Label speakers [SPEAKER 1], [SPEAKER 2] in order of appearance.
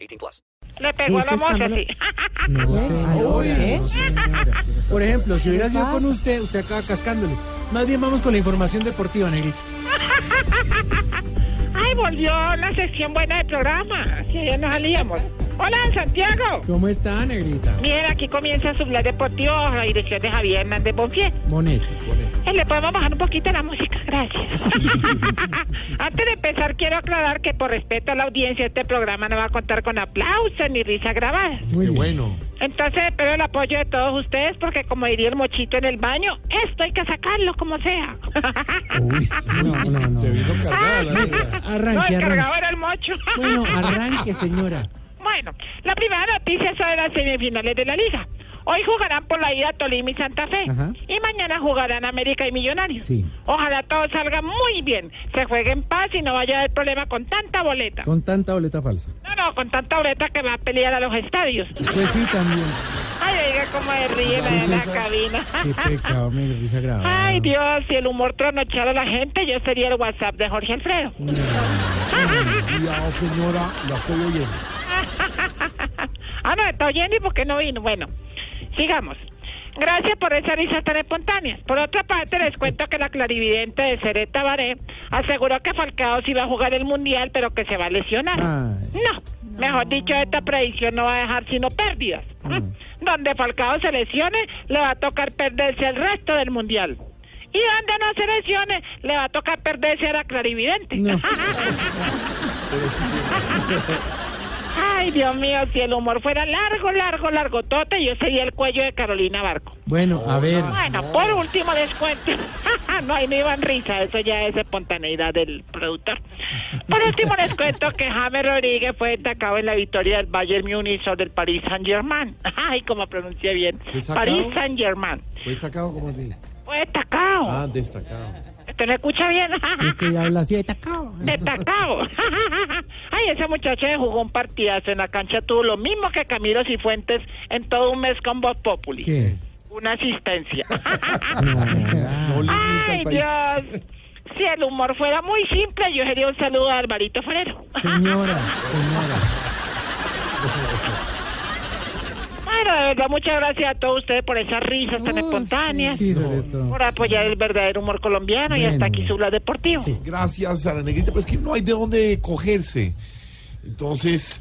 [SPEAKER 1] 18 plus.
[SPEAKER 2] Le pegó
[SPEAKER 3] Esto
[SPEAKER 2] la
[SPEAKER 3] es
[SPEAKER 2] mocha,
[SPEAKER 3] cuando lo-
[SPEAKER 2] sí.
[SPEAKER 3] No,
[SPEAKER 4] Aló,
[SPEAKER 3] señora,
[SPEAKER 4] ¿eh?
[SPEAKER 3] no, señora.
[SPEAKER 4] Por ejemplo, si hubiera
[SPEAKER 3] ¿Qué
[SPEAKER 4] sido
[SPEAKER 3] pasa?
[SPEAKER 4] con usted, usted acaba cascándole. Más bien vamos con la información deportiva, Negrito.
[SPEAKER 2] Ay, volvió la sección buena del programa. Si ya no salíamos. Hola, Santiago.
[SPEAKER 4] ¿Cómo está, Negrita?
[SPEAKER 2] Mira, aquí comienza su blog deportivo bajo la dirección de Javier Hernández Bonfier.
[SPEAKER 4] Monet.
[SPEAKER 2] Eh, Le podemos bajar un poquito la música, gracias. Antes de empezar, quiero aclarar que por respeto a la audiencia, este programa no va a contar con aplausos ni risa grabada.
[SPEAKER 4] Muy bien.
[SPEAKER 2] Entonces, espero el apoyo de todos ustedes, porque como diría el mochito en el baño, esto hay que sacarlo como sea.
[SPEAKER 4] No, no, no.
[SPEAKER 2] Ah, no,
[SPEAKER 4] Arranque,
[SPEAKER 2] el
[SPEAKER 4] arranque.
[SPEAKER 2] cargador era el mocho.
[SPEAKER 4] Bueno, arranque, señora.
[SPEAKER 2] Bueno, la primera noticia es sobre las semifinales de la liga. Hoy jugarán por la ida Tolima y Santa Fe.
[SPEAKER 4] Ajá.
[SPEAKER 2] Y mañana jugarán América y Millonarios.
[SPEAKER 4] Sí.
[SPEAKER 2] Ojalá todo salga muy bien. Se juegue en paz y no vaya a haber problema con tanta boleta.
[SPEAKER 4] Con tanta boleta falsa.
[SPEAKER 2] No, no, con tanta boleta que va a pelear a los estadios.
[SPEAKER 4] Pues sí, también.
[SPEAKER 2] Ay, oiga cómo se ríe la de la
[SPEAKER 4] Princesa.
[SPEAKER 2] cabina.
[SPEAKER 4] Qué Ah. pecado, me risa grabada.
[SPEAKER 2] Ay, Dios, si el humor tronochara a la gente, yo sería el WhatsApp de Jorge Alfredo.
[SPEAKER 5] Ya, señora, la estoy oyendo.
[SPEAKER 2] Ah, no, está oyendo y por qué no vino. Bueno, sigamos. Gracias por esas risas tan espontáneas. Por otra parte, les cuento que la clarividente de Ceret Tabaré aseguró que Falcao sí va a jugar el Mundial, pero que se va a lesionar.
[SPEAKER 4] Ay.
[SPEAKER 2] No, mejor dicho, esta predicción no va a dejar sino pérdidas. ¿Mm? Donde Falcao se lesione, le va a tocar perderse el resto del Mundial. Y donde no se lesione, le va a tocar perderse a la clarividente.
[SPEAKER 4] No.
[SPEAKER 2] Ay, Dios mío, si el humor fuera largo, largo, largo tote, yo sería el cuello de Carolina Barco.
[SPEAKER 4] Bueno, a ver.
[SPEAKER 2] Bueno, por último les cuento. no, ahí no iban risa, eso ya es espontaneidad del productor. Por último les cuento que James Rodríguez fue destacado en la victoria del Bayern Múnich sobre el Paris Saint-Germain. Ay, como pronuncié bien.
[SPEAKER 5] ¿Fue sacado?
[SPEAKER 2] Paris Saint-Germain.
[SPEAKER 5] ¿Fue sacado como así?
[SPEAKER 2] Fue destacado.
[SPEAKER 5] Ah, destacado.
[SPEAKER 2] ¿Te lo escucha bien?
[SPEAKER 4] Es que ya habla así de tacao.
[SPEAKER 2] Destacado. Ay, ese muchacho se jugó un partidazo en la cancha, tuvo lo mismo que Camilo Cifuentes en todo un mes con Voz Populi.
[SPEAKER 4] ¿Qué?
[SPEAKER 2] Una asistencia.
[SPEAKER 5] No limita
[SPEAKER 2] Ay,
[SPEAKER 5] el país.
[SPEAKER 2] Dios. Si el humor fuera muy simple, yo sería un saludo a Alvarito Ferrero.
[SPEAKER 4] Señora, señora.
[SPEAKER 2] Bueno, de verdad, muchas gracias a todos ustedes por esas risas tan espontáneas,
[SPEAKER 4] Sí, sobre todo.
[SPEAKER 2] por apoyar el verdadero humor colombiano y hasta
[SPEAKER 4] Bueno.
[SPEAKER 2] aquí su blog deportivo.
[SPEAKER 4] Sí.
[SPEAKER 5] Gracias a la negrita, pero es que no hay de dónde cogerse. Entonces...